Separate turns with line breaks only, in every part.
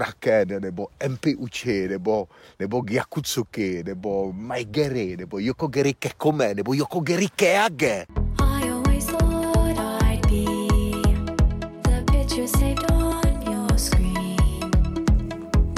Uraken, nebo Empi Uchi, nebo, nebo Gyakutsuki, nebo Maigeri, nebo Yokogeri Kekome, nebo Yokogeri Keage.
I always thought I'd be the picture saved on your screen.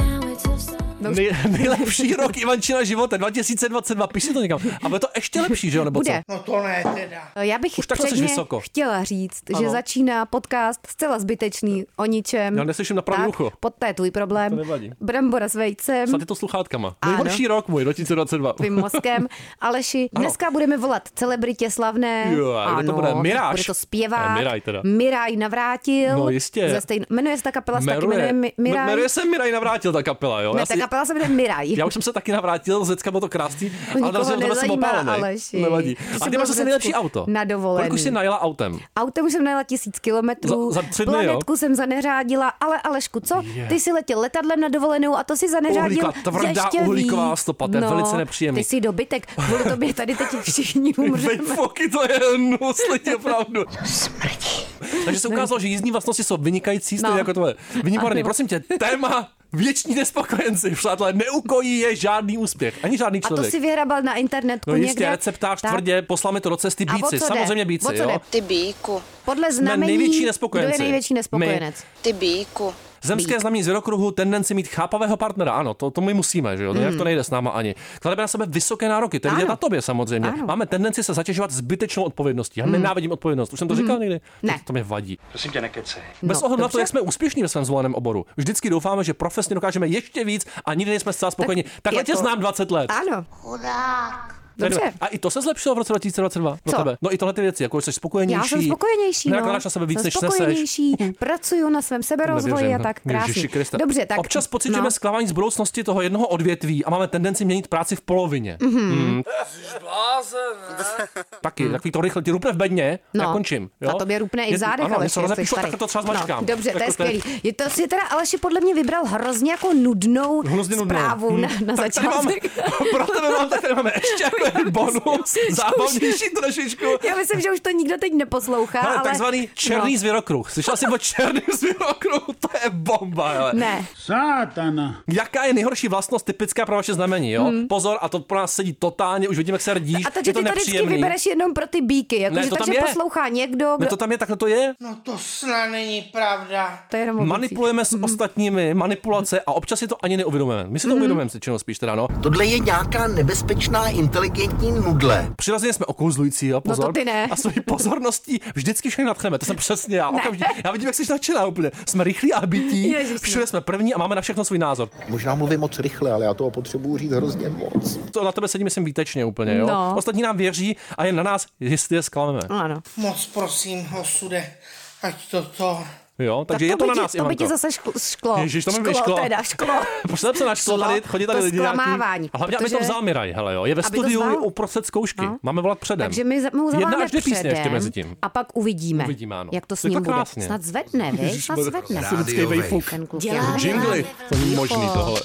Now it's of some
Nej, nejlepší rok Ivančina života, 2022, piš si to někam. A bude to ještě lepší, že jo? Nebo
Bude. Eh,
co?
No to ne teda.
Já bych
Už tak
předně
seš vysoko.
chtěla říct, ano. že
Ano.
začíná podcast zcela zbytečný o ničem.
Já neslyším na pravý
Tak,
ucho.
Pod to je tvůj problém.
To nevadí.
Brambora s vejcem.
Snad je to sluchátkama.
Ano.
Nejhorší rok můj, 2022.
tvým mozkem. Aleši, dneska budeme volat celebritě slavné.
Jo, a kdo to bude? Miráš?
Bude to zpěvák.
Ne, Miraj teda.
Miraj navrátil.
No, jistě.
Ze stejn... Jmenuje se ta kapela, se taky
Meruje.
jmenuje Mi-
M-
Miraj.
Meruje se Miraj navrátil ta kapela, jo?
Ne,
Já
ta
si-
kapela se jmenuje Miraj.
Já už jsem se taky navrátil, z Řecka bylo to krásný,
nikoho
ale narazil jsem jsem
nezajímá,
opálený.
Aleši.
Nevadí.
Ty
A
jsi
ty
byl
máš
v
zase
Řecku
nejlepší auto.
na dovolený.
Kolik už jsi najela autem?
Autem už jsem najela tisíc kilometrů,
Za- za tři dny, jo?
planetku jsem zaneřádila, ale Alešku, co?
Je.
Ty jsi letěl letadlem na dovolenou a to si zaneřádil
Uhlíková- tvrdá
ještě
uhlíková
víc.
stopa, to je
no,
velice nepříjemný.
Ty jsi dobytek, kvůli tobě tady teď všichni
Vej,
umřeme.
foky, to je hnus, lidi, opravdu. Takže se ukázalo, že jízdní vlastnosti jsou vynikající, stejně
No.
jako tohle. Výborný,
Ano.
prosím tě, téma věční nespokojenci, přátelé, neukojí je žádný úspěch, ani žádný
A to
člověk.
si vyhrabal na internetu
No jistě,
někde.
receptář
Tak.
tvrdě, posláme to do cesty
A o
bíci,
co jde?
samozřejmě
O
bíci,
co jde?
jo.
Ty bíku,
Podle
Jsme
znamení,
největší nespokojenci.
kdo je největší nespokojenec.
My.
ty bíku.
Zemské znamení z okruhu, tendence mít chápavého partnera, ano, to, to my musíme, že jo, jinak to nejde s náma ani. Klademe na sebe vysoké nároky, to je vidět
Hmm. Ano.
na tobě samozřejmě.
Ano. Hmm.
Máme tendenci se zatěžovat zbytečnou odpovědností. Já nenávidím odpovědnost, už jsem to říkal někdy.
Ne.
To, to mě vadí.
Prosím tě, nekecej.
Bez
No,
ohledu na to,
dobře.
jak jsme úspěšní ve svém zvoleném oboru, vždycky doufáme, že profesně dokážeme ještě víc a nikdy nejsme zcela spokojeni. Tak, Takhle tě
jako-
znám 20 let.
Ano. Chudák. Dobře.
A i to se zlepšilo v roce 2022 pro
Co?
tebe. No i tohle ty věci, jako že jsi spokojenější.
Já jsem spokojenější. No.
Nenakládáš na sebe víc,
jsem
než neseš.
spokojenější, pracuju na svém seberozvoji a
Nevěřím.
tak krásně.
Ježiši Kriste.
Dobře, tak.
Občas pociťujeme no. sklamání z budoucnosti toho jednoho odvětví a máme tendenci měnit práci v polovině. Mm-hmm.
Mhm.
Mm. Taky, mm. takový to rychle, ti rupne v bedně, no. já končím. Jo?
A tobě rupne i
Ně-
v zádech,
Ano,
Aleši,
něco
jak jsi
rozepíšu,
starý.
tak to třeba zmačkám.
No, dobře, to je
Jako
skvělý. Je to si teda Aleši podle mě vybral hrozně jako nudnou
Hrozně nudnou. Hm,
zprávu na, na
tak tady máme,
začátek.
pro tebe mám, tak tady máme ještě jako jeden bonus, zábavnější trošičku.
Já myslím, že už to nikdo teď neposlouchá,
Hele,
ale...
takzvaný černý
no.
zvěrokruh. Slyšela jsi o černém zvěrokruhu? To je bomba, hele.
Ne,
Sátana.
Jaká je nejhorší vlastnost typická pro vaše znamení, jo? Hmm. Pozor, a to pro nás sedí totálně, už vidím, jak se rdíš.
a takže
je to
ty to vždycky
nepříjemný.
vybereš jenom pro ty bíky,
Ne,
jakože
to tam
takže
je.
poslouchá někdo,
Ne,
kdo...
to tam je, takhle to je.
No to snad není pravda.
To je Mhm. jenom o bících.
Manipulujeme s ostatními, manipulace a občas si to ani neuvědomujeme. My si to
Mhm.
uvědomujeme si činnost spíš teda, no.
Tohle je nějaká nebezpečná inteligentní nudle.
Přirozeně jsme okouzlující, jo, pozor.
No to ty ne.
A svojí pozorností vždycky všechny natchneme, to jsem přesně já. Okamžitě, já vidím, jak jsi nadšená úplně. Jsme rychlí a bytí,
Ježiš,
všude jsme první a máme na všechno svůj názor.
Možná mluvím moc rychle, ale já toho potřebuji říct hrozně moc.
To na tebe sedí, myslím, výtečně úplně, jo.
No.
Ostatní nám věří a je na nás, jestli je zklameme.
Ano.
Moc prosím, osude, ať to to.
Jo, takže je to
by
na
ti-
nás,
To by
Ivanko.
ti zase šklo. šklo.
Ježiš, to mi
šklo,
vyšklo.
teda, šklo.
Pošlem se na školu,
Šlo,
tady, chodí tady
to
lidi nějaký.
zklamávání,
A hlavně, aby to
protože-
vzal Miraj, hele jo, je ve
Aby to
studiu
zvládl.
uprostřed zkoušky.
No.
Máme volat předem.
Takže my za- mu
Jedna
zavoláme
až dvě
předem
písně ještě mezi tím.
a pak uvidíme,
Uvidíme, ano.
jak to s
Je to
ním bude.
krásně.
Snad zvedne, víš? Snad
Ježišmarja.
zvedne.
Vždycky
Rádio
vejfuk.
Ten kluk je-
Dělá-
Jingly, to není možný tohle.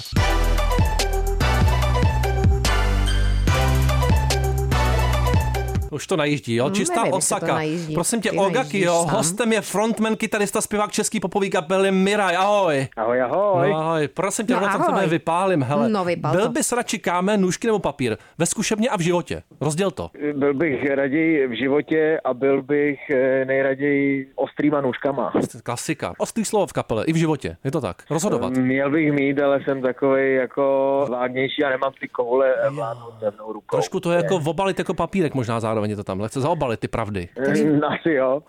Už to najíždí, jo? Čistá
Hmm, nevím, jestli to
Osaka.
najíždí.
Prosím tě,
Ty
Oga
najíždíš
Kyo,
sám.
hostem je frontman, kytarista, zpěvák český popový kapely Miraj. Ahoj.
Ahoj, ahoj.
No, ahoj. Prosím tě,
No,
no, tak tebe
ahoj.
vypálím. Hele.
No, vypál
Byl
to.
bys radši kámen, nůžky nebo papír? Ve zkušebně a v životě. Rozděl to.
Byl bych raději v životě a byl bych eh, nejraději ostrýma nůžkama.
Klasika. Ostrý slovo v kapele, i v životě. Je to tak. Rozhodovat.
Eh, Měl bych mít, ale jsem takový jako vágnější a nemám ty koule eh, vládnout pevnou rukou.
Trošku to je jako obalit jako papírek, možná zároveň je to tam. Lehce zaobalit ty pravdy.
Mm, Asi jo.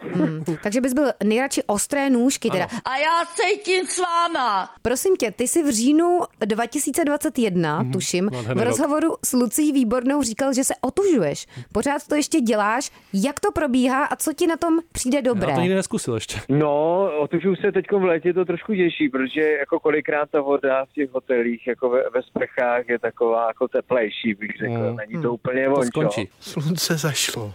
Takže bys byl nejradši ostré nůžky. Teda.
A já cítím s váma.
Prosím tě, ty jsi v říjnu 2021, tuším, v
nádherný Mhm. rok.
rozhovoru s Lucí Výbornou říkal, že se otužuješ. Pořád to ještě děláš. Jak to probíhá a co ti na tom přijde dobré?
Já to nikdy neskusil ještě.
No, otužu se teď v létě to trošku těší, protože jako kolikrát ta voda v těch hotelích, jako ve, ve sprchách je taková jako teplejší, bych řekl.
Mm.
Není to úplně
To
vončo.
skončí.
Slunce zašlo.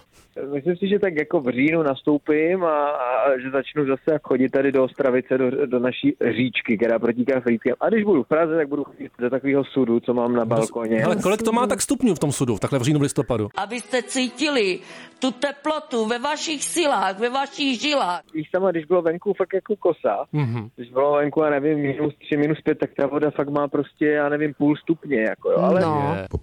Myslím si, že tak jako v říjnu nastoupím a, a že začnu zase chodit tady do Ostravice, do, do naší říčky, která protíká Frýdkem. A když budu v Praze, tak budu chodit do takového sudu, co mám na balkoně.
Ale kolik to má tak stupňů v tom sudu, takhle v říjnu v listopadu?
abyste cítili tu teplotu ve vašich silách, ve vašich žilách.
Víš sama, když bylo venku fakt jako kosa, mm-hmm. když bylo venku, já nevím, minus tři, minus pět, tak ta voda fakt má prostě, já nevím, půl stupně, jako jo, ale no.
No.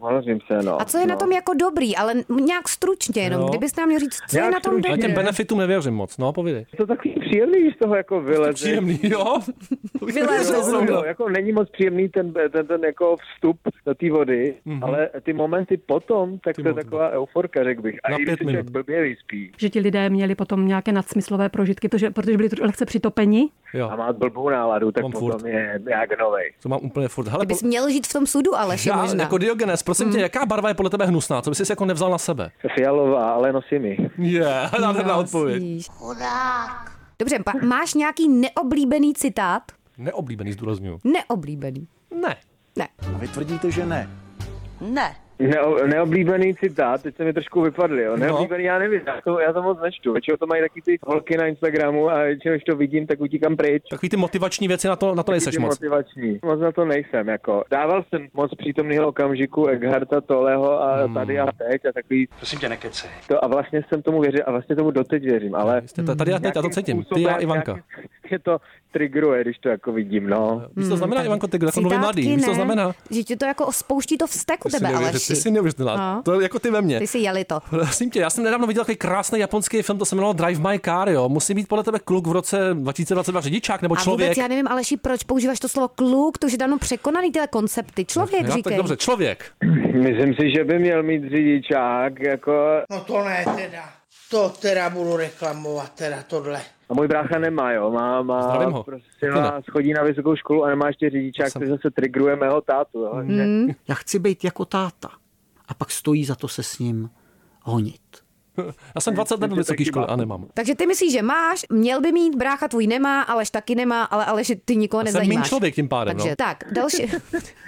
hovořím se, no.
A co je
no.
na tom jako dobrý, ale nějak stručně jenom,
Jo.
kdybyste nám měl říct, co je
Nějak
na tom
Ale
stručně.
dobrý.
těm benefitům nevěřím moc, no povídej.
Je to takový příjemný, když z toho jako vyleze.
Příjemný, jo?
Vyleze
Jo,
z
no,
toho.
no, jako není moc příjemný ten, ten, ten jako vstup do té vody, mm-hmm. ale ty momenty potom, tak
Mhm. Ty
to je
momenty.
taková euforka, řekl bych. A
Na
i když
pět
se
minut.
člověk blbě vyspí
Že ti lidé měli potom nějaké nadsmyslové prožitky, protože, protože byli tro- lehce přitopeni.
Jo,
a má blbou náladu, tak
Mám furt.
potom je jak novej.
to mám úplně furt. Hele,
Bys měl žít v tom sudu, Aleši,
já,
možná.
jako Diogenes, prosím
Mm.
tě, jaká barva je podle tebe hnusná? Co bys si jako nevzal na sebe?
Fialová, ale nosím ji.
Je, yeah, nádherná odpověď.
Dobře, pa- máš nějaký neoblíbený citát?
Neoblíbený, zdůraznuju.
Neoblíbený.
Ne.
Ne.
Ne.
Neo, neoblíbený citát, teď se mi trošku vypadly,
No.
jo. Neoblíbený, já nevím, já to, já to moc nečtu. Většinou to mají taky ty holky na Instagramu a většinou, když to vidím, tak utíkám pryč.
Takový ty motivační věci, na to, na to nejseš
Ty
moc.
motivační. Moc na to nejsem, jako. Dával jsem moc přítomného okamžiku Egharta Toleho a
Hmm.
tady a teď a takový... Prosím tě, nekecej. To a vlastně jsem tomu věřil a vlastně tomu doteď věřím, ale...
Jste ta- Tady já teď, já to
nějakým
cítím. Ty, já,
způsobem
Ivanka.
nějaký- Mě to triggeruje, když to jako vidím, no.
Víš, co to znamená, Ivanko, ty, kdo jsem mluvil
Hmm, Citátky
jako mladý, víš, co to
ne.
znamená?
Že tě to jako spouští to vztek u
Ty si
tebe,
neuvěřit-
Aleši.
Ty si neuvěřitelná.
No.
To je jako ty ve mně.
Ty jsi jeli to.
Prosím tě, já jsem nedávno viděl takový krásný japonský film, to se jmenovalo Drive My Car, jo. Musí být podle tebe kluk v roce 2022 řidičák nebo
A
člověk.
vůbec já nevím, Aleši, proč používáš to slovo kluk, to už je dávno překonaný tyhle koncepty. Člověk
No, Já, tak
říkej.
dobře, člověk.
Myslím si, že by měl mít řidičák, jako...
No to ne teda. To teda budu reklamovat, teda tohle.
A můj brácha nemá, jo, má, má
Zdravím ho.
prostě
Martina.
vás chodí na vysokou školu a nemá ještě řidičák,
Jsem-
takže se triggeruje mého tátu, jo. Že-
Já chci být jako táta. A pak stojí za to se s ním honit.
Já jsem 20 let na vysoké škole a nemám.
Takže ty myslíš, že máš, měl by mít, brácha tvůj nemá, Aleš taky nemá, ale Aleši ty nikoho
Jsem
nezajímáš.
mín člověk tím pádem,
Takže
no.
tak, další,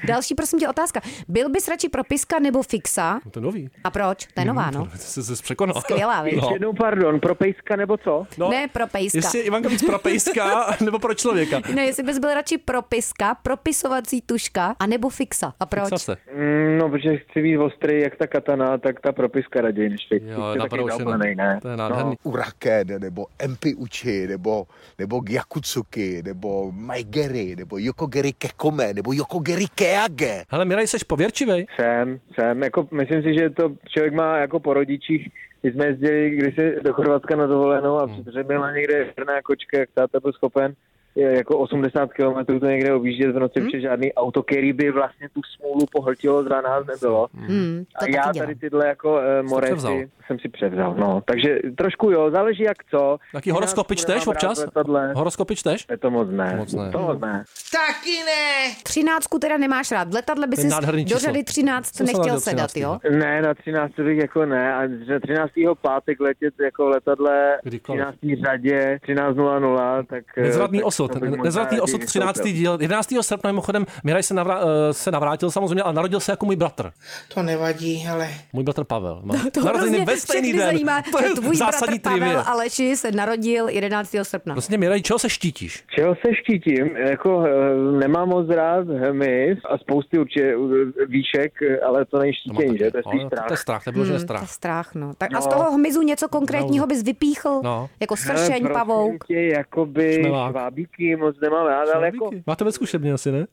další prosím tě otázka. Byl bys radši pro piska nebo fixa?
No To je nový.
A proč? To je
Mhm.
nová, no.
To jsi se překonal.
Skvělá věc.
No.
Ještě jednou, pardon, pro pejska nebo co?
No,
Ne pro pejska.
Jestli je Ivanka víc pro pejska, nebo pro člověka.
Ne, jestli bys byl radši pro piska, propisovací tuška, anebo fixa. A proč?
Zase.
Mm, no, protože chci být ostrý, jak ta katana, tak ta propiska raději než fix.
Jo,
Jste
je
taky
naparoušená.
zaoblenej, ne? No.
To je nádherný.
Urakene nebo Empi Uchi nebo, nebo Gyakutsuki nebo Maigeri nebo Yokogeri Kekome nebo Yokogeri Keage.
Hele, Miraj, jsi pověrčivej.
Jsem, jsem. Jako, myslím si, že to člověk má jako po rodičích. My jsme jezdili když se do Chorvatska na dovolenou a
Hmm.
protože byla někde hrná kočka, jak táta byl schopen je, jako 80 km to někde objíždět v noci,
Hmm.
protože žádný auto, který by vlastně tu smůlu pohltilo za nás nebylo.
Hmm, to
A
taky
já
dělám.
tady tyhle jako uh,
převzal?
moresy jsem si převzal, no. Takže trošku jo, záleží jak co.
Taky horoskopy čteš občas?
Tohle.
Horoskopy čteš?
To moc ne.
Moc ne.
To moc ne.
Taky ne.
Třináctku teda nemáš rád. V letadle by
je
si
nádherný
do
číslo.
řady třináct
Jsem se
nechtěl
narodil
sedat,
13.,
jo?
no.
Ne, na 13. bych jako ne. A že 13. pátek letět jako v letadle v
Kdykoliv.
13. řadě 13.00, tak... eh,
Nezvratný
tak
osud.
to bych možná
Nezvratný
raději
osud
vystoupil.
13. díl. 11. srpna mimochodem Miraj se, navra- eh, se navrátil samozřejmě, ale narodil se jako můj bratr.
To nevadí, ale
Můj bratr Pavel. Má
To
narozeniny
hrozně
ve stejný
všechny
den.
zajímá,
to je
že tvůj
zásadní
bratr Pavel
trivia.
Aleši se narodil 11. srpna.
Vlastně Miraj, čeho se štítíš?
Čeho se štítím? Jako eh, nemám moc rád hmyz a spousty určitě eh, výšek, eh, ale to není
To mám
štítění, že? To je
taky.
spíš
Ale
strach.
To No, je strach, to je vyloženě
To je
strach.
strach, no. Tak a z toho hmyzu něco konkrétního bys vypíchl?
No.
Jako
Ale
sršeň,
prosím
pavouk?
Tě, Eh, prostě jakoby
Šmelák.
švábíky moc nemám rád, ale jako
Máte ve zkušebně asi, ne?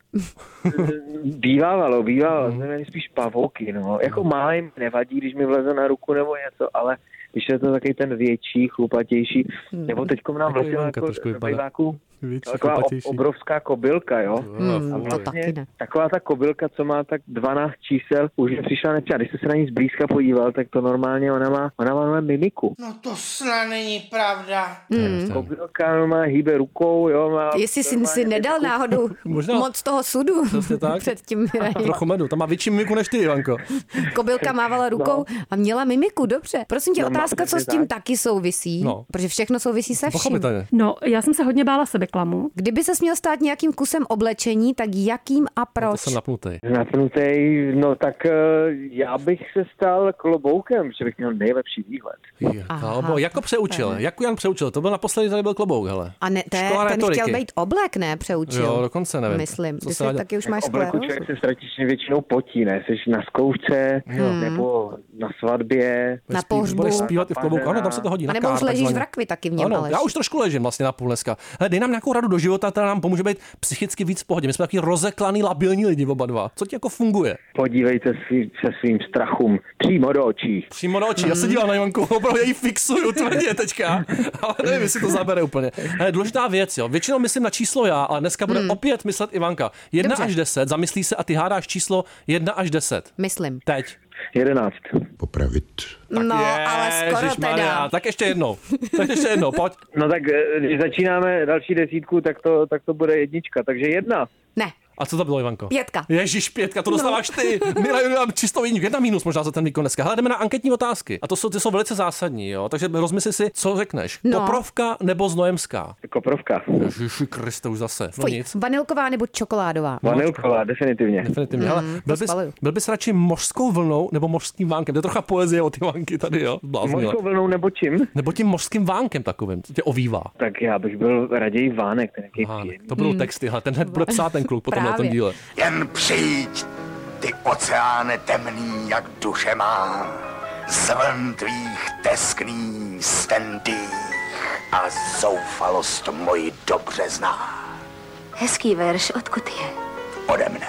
bývávalo,
Hmm.
bývávalo, mm. spíš pavouky, no. Jako malým nevadí, když mi vleze na ruku nebo něco, ale když je to takový ten větší, chlupatější,
Hmm.
nebo teďkom nám
Jako
vletěla
Ivanka
jako
trošku
do
vypadá.
bejváku
Větší, jako
taková ob- obrovská kobylka, jo. vlastně
Hmm, to taky ne.
Taková ta kobylka, co má tak 12 čísel, už mi přišla nepřijá. Když jsem se na ní zblízka podíval, tak to normálně ona má, ona má normálně mimiku.
no to snad není pravda.
Hmm.
Hmm.
Kobylka má hýbe rukou, jo, má...
Jestli jsi si nedal náhodou
Možná.
moc toho sudu
Přesně tak.
předtím. Mirej.
Trochu medu, tam má větší mimiku než ty, Ivanko.
Kobylka mávala rukou a měla mimiku, dobře. Prosím tě,
No,
otázka, co s
přesně
tím
tak.
taky souvisí,
No.
protože všechno souvisí se vším.
Pochopitelně.
No, já jsem se hodně bála sebe reklamu.
Kdyby se měl stát nějakým kusem oblečení, tak jakým a
No, To
proč?
jsem napnutý.
Napnutý, no tak eh, já bych se stal kloboukem, že bych měl nejlepší výhled.
Kalbo, jako přeučil, jako Jan přeučil, to byl naposledy, tady byl klobouk, hele.
A ne, te,
Škola
ten
retoriky.
chtěl být oblek, ne? Přeučil.
Jo, dokonce nevím.
Myslím,
Co
ty
se
se
dá dělat?
taky už máš
Jako Obleku
skvělou.
člověk se strašně většinou potí, ne? Jsi na zkoušce, hmm. nebo na svatbě.
Na
Spí-
pohřbu.
Budeš zpívat i v klobouku, ano, tam se to hodí.
A
na
nebo
kár,
už ležíš
takzvaně.
v rakvi taky v něm,
ano,
Aleš.
já už trošku ležím vlastně na půl dneska. Hele, dej nám nějakou radu do života, která nám pomůže být psychicky víc v pohodě. My jsme taky rozeklaný, labilní lidi oba dva. Co ti jako funguje?
Podívejte si se svým strachům přímo do očí.
Přímo do očí. Já se dívám na Jonku, opravdu já ji fixuju tvrdě teďka, ale nevím, jestli to zabere úplně. Hele, důležitá věc, jo. Většinou myslím na číslo já, ale dneska bude opět myslet Ivanka. 1
Hmm. Dobře.
až 10, zamyslí se a ty hádáš číslo 1 až 10.
Myslím.
Teď.
11.
no, ale skoro
Ježišmarja,
teda.
Tak ještě jednou. Tak ještě jednou, pojď.
No tak, eh, když začínáme další desítku, tak to, tak to bude jednička, takže jedna.
Ne,
A co to bylo, Ivanko?
Pětka. No.
Ježíš, pětka, to dostáváš ty. Mila, já mám čistou jedničku, jedna minus možná za ten výkon dneska. Hele, jdeme na anketní otázky. A to jsou, ty jsou velice zásadní, jo. Takže rozmysli si, co řekneš.
No.
Poprovka nebo znojemská?
Koprovka.
Ježíši Kriste, už zase. No
fuj,
nic.
vanilková nebo čokoládová?
Vanilková, definitivně.
Definitivně. Mm,
Mhm,
Hele, byl, bys,
spaluju.
byl bys radši mořskou vlnou nebo mořským vánkem? To je trocha poezie od Ivanky tady, jo? Bláznila.
Mořskou vlnou nebo čím?
Nebo tím mořským vánkem takovým, co tě ovývá.
Tak já bych byl raději Vánek, ten jaký
Hán,
příjemný.
to budou texty, hele, ten hned bude psát ten kluk potom na tom
Mhm. Právě.
díle.
Jen přijď, ty oceáne temný, jak duše má, zvln tvých teskný stendých a zoufalost moji dobře zná.
Hezký verš, odkud je?
Ode mne.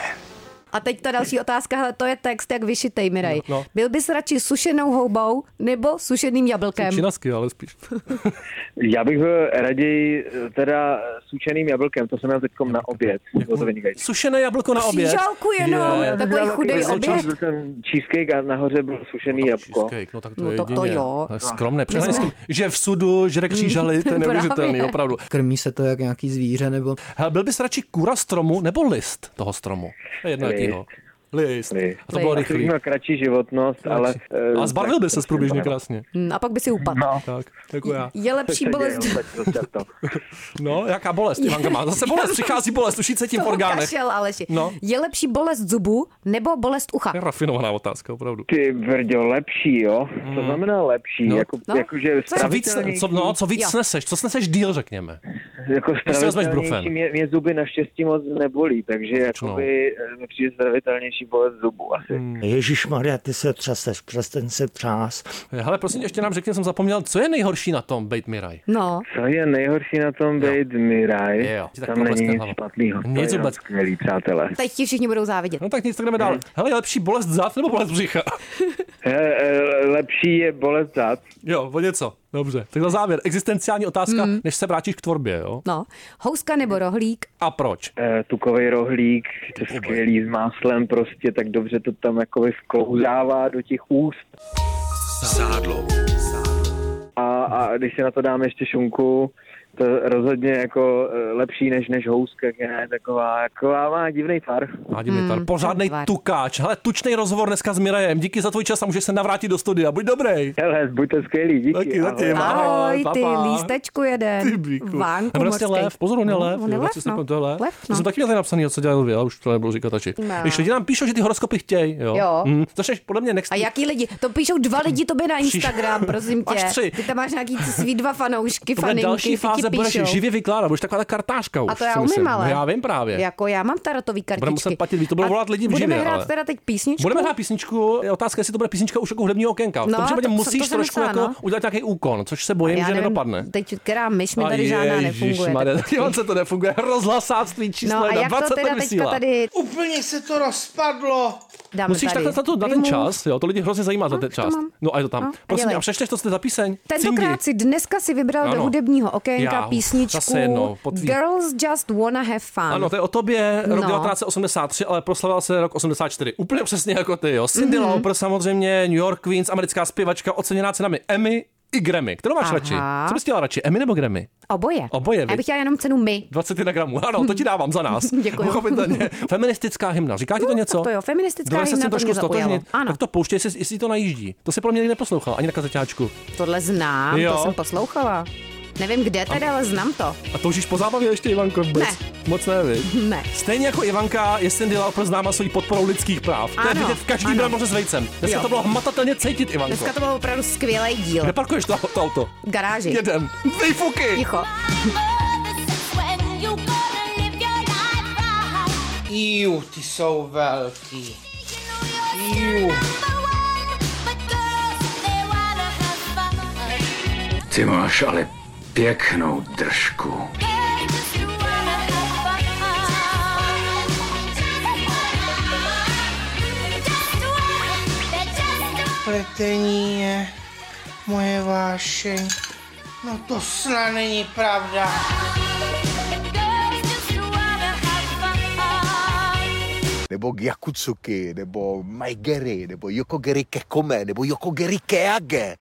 A teď ta další otázka, hele, to je text jak vyšitej, Miraj.
No, no.
Byl bys radši sušenou houbou nebo sušeným jablkem?
Činasky, ale spíš.
Já bych byl raději eh, teda sučeným jablkem, to jsem měl teď na oběd. Bylo to vynikající.
Sušené jablko na oběd.
Křížalku jenom,
Je.
takový chudej oběd.
Byl ten cheesecake a nahoře byl sušený jablko.
Cheesecake, no tak to
No
je
to- to
jedině.
jo. No.
je Skromné, přesně s tím, že v sudu, žere křížaly, to je neuvěřitelný,
Právě.
opravdu.
Krmí se to jak nějaký zvíře, nebo
Hele, byl bys radši kůra stromu nebo list toho stromu? To je jedno
List.
jakýho. List.
List.
A to bylo
Asi bych
rychlý.
měl kratší životnost, ale... eh,
A zbarvil
tak-
by se průběžně krásně.
Hm, A pak by si upadl.
No,
Tak, jako já.
Je lepší
Tak
bolest
jo, tak prostě to čerto.
No, jaká bolest, Ivanka má. Zase bolest, přichází bolest, tuší se tím v
toho
orgánech.
kašel, Aleši.
No.
Je lepší bolest zubu nebo bolest ucha?
To je rafinovaná otázka, opravdu.
Ty brďo, lepší, jo? Co znamená lepší?
Hmm. No.
Jako,
No.
Jakože
Co je
Co víc, co, no, co víc
Jo.
sneseš? Co sneseš díl, řekněme.
jako
si vezmeš
stravitelnější
Brufen. no.
mě, mě zuby naštěstí moc nebolí, takže jakoby eh, mi přijde stravitelnější bolest zubu asi.
Hmm.
Ježíš Maria, ty se třeseš, přes ten se třás.
Hele, prosím, tě, ještě nám řekni, jsem zapomněl, co je nejhorší na tom, Bejt Miraj.
No,
Co je nejhorší na tom být Miraj?
Jo. Ti tak
Tam není
pobleskne
nic
hlava.
špatného.
Nic
To je jenom
vůbec.
skvělý, přátelé.
teď ti všichni budou závidět.
No tak nic, tak jdeme
Hmm.
dál. Hele, je lepší bolest zad nebo bolest břicha?
Hele, eh, Lepší je bolest zad.
Jo, o něco. Dobře. Tak na závěr, existenciální otázka,
Hmm.
než se vrátíš k tvorbě, jo?
No, houska nebo rohlík?
A proč?
Eh, tukový rohlík, to je skvělý s máslem prostě, tak dobře to tam jakoby vklouzává do těch úst.
Sádlo.
A, a když si na to dáme ještě šunku, to je rozhodně jako eh, lepší než, než houska, která je taková, taková má divný tvar.
Hádím mm, tady. Pořádnej
ten Hmm, tvar.
tukáč. Hele, tučný rozhovor dneska s Mirajem. Díky za tvůj čas a můžeš se navrátit do studia. Buď dobrý.
Hele, buďte skvělí, díky.
Taky
ahoj.
zatím.
Ahoj, ty
papa.
lístečku jeden.
Ty bíku.
Vánku
Nebo vlastně
mořskej.
lev, pozor, on je
No,
lev.
On je
jo,
lev,
vlastně
no.
to je lev.
Lev,
To
no.
jsem taky měl tady napsaný, co dělají lvy, ale už to nebudu říkat radši.
No.
Když lidi nám píšou, že ty horoskopy chtějí, jo.
Jo.
Hm, začneš podle mě next
A jaký lidi? To píšou dva lidi tobě na Instagram, prosím tě.
Máš tři.
Ty tam máš nějaký svý dva fanoušky,
To bude
faninky,
další
ty
fáze,
ti
budeš
píšou.
živě vykládat, budeš taková ta kartářka už.
A to já
si
umím,
myslím.
ale.
No Já vím právě.
Jako já mám tarotový kartičky.
Budeme muset platit víc, to budou
A
volat lidi v
Budeme
živě,
hrát
ale.
teda teď písničku.
Budeme hrát písničku, je otázka, jestli to bude písnička už jako hudebního okénka. V tom
No,
případě
to- to
musíš
jsem
trošku
myslela,
jako
no.
udělat nějaký úkon, což se bojím,
Já
že
nevím,
nedopadne.
Teď, která myš mi
A
tady žádná
ježišmarja,
nefunguje.
taky vám se to nefunguje. Rozhlasáctví číslo
No a
jedna,
jak to
20
teda teďka
vysílá.
tady
Úplně se to rozpadlo.
dáme
Musíš
tady?
takhle na, to, na ten
Remove.
čas, jo, to lidi hrozně zajímá za ten
už to
čas.
mám.
No a je to tam.
No, a
Prosím tě,
dělej.
a přečteš to, co je za píseň?
Tentokrát si dneska si vybral
Ano.
do hudebního okénka
Já,
písničku
zase jednou, po tvý-
Girls Just Wanna Have Fun.
Ano, to je o tobě, rok
No.
1983, ale proslavila se rok 84. Úplně přesně jako ty, jo. Cindy
Mhm.
mm-hmm. Lauper samozřejmě, New York Queens, americká zpěvačka, oceněná cenami Emmy i Grammy. Kterou máš
Aha.
radši? Co bys chtěla radši, Emmy nebo Grammy?
Oboje.
Oboje,
Já
viď?
bych chtěla jenom cenu my.
21 gramů, ano, to ti dávám za nás.
Děkuju. No,
Pochopitelně. Feministická hymna, říká ti to něco?
tak to jo, feministická
Jdeme se s
hymna, to
tím trošku
mě zaujalo.
stotožnit.
Ano.
Tak to pouště, jestli, jestli to najíždí. To si pro mě nikdy neposlouchal, ani na kazeťáčku.
Tohle znám,
Jo.
to jsem poslouchala. Nevím kde teda, ale znám to.
A toužíš po zábavě ještě, Ivanko? Vůbec?
Ne.
Moc ne, viď?
Ne.
Stejně jako Ivanka je Sendila pro známa svojí podporou lidských práv. to je
Ano,
vidět v každý
ano.
bramoře s vejcem. Dneska
Jo.
to bylo hmatatelně cítit, Ivanko.
Dneska to byl opravdu skvělý díl.
Kde parkuješ to, to auto?
V garáži.
Jedem. Nejfuky!
Ticho.
Jú, ty jsou velký. Jú.
Ty máš ale pěknou držku.
Pletení je moje vášeň. No to snad není pravda.
nebo Yakutsuki, nebo Maigeri, nebo Yokogeri Kekome, nebo Yokogeri Keage.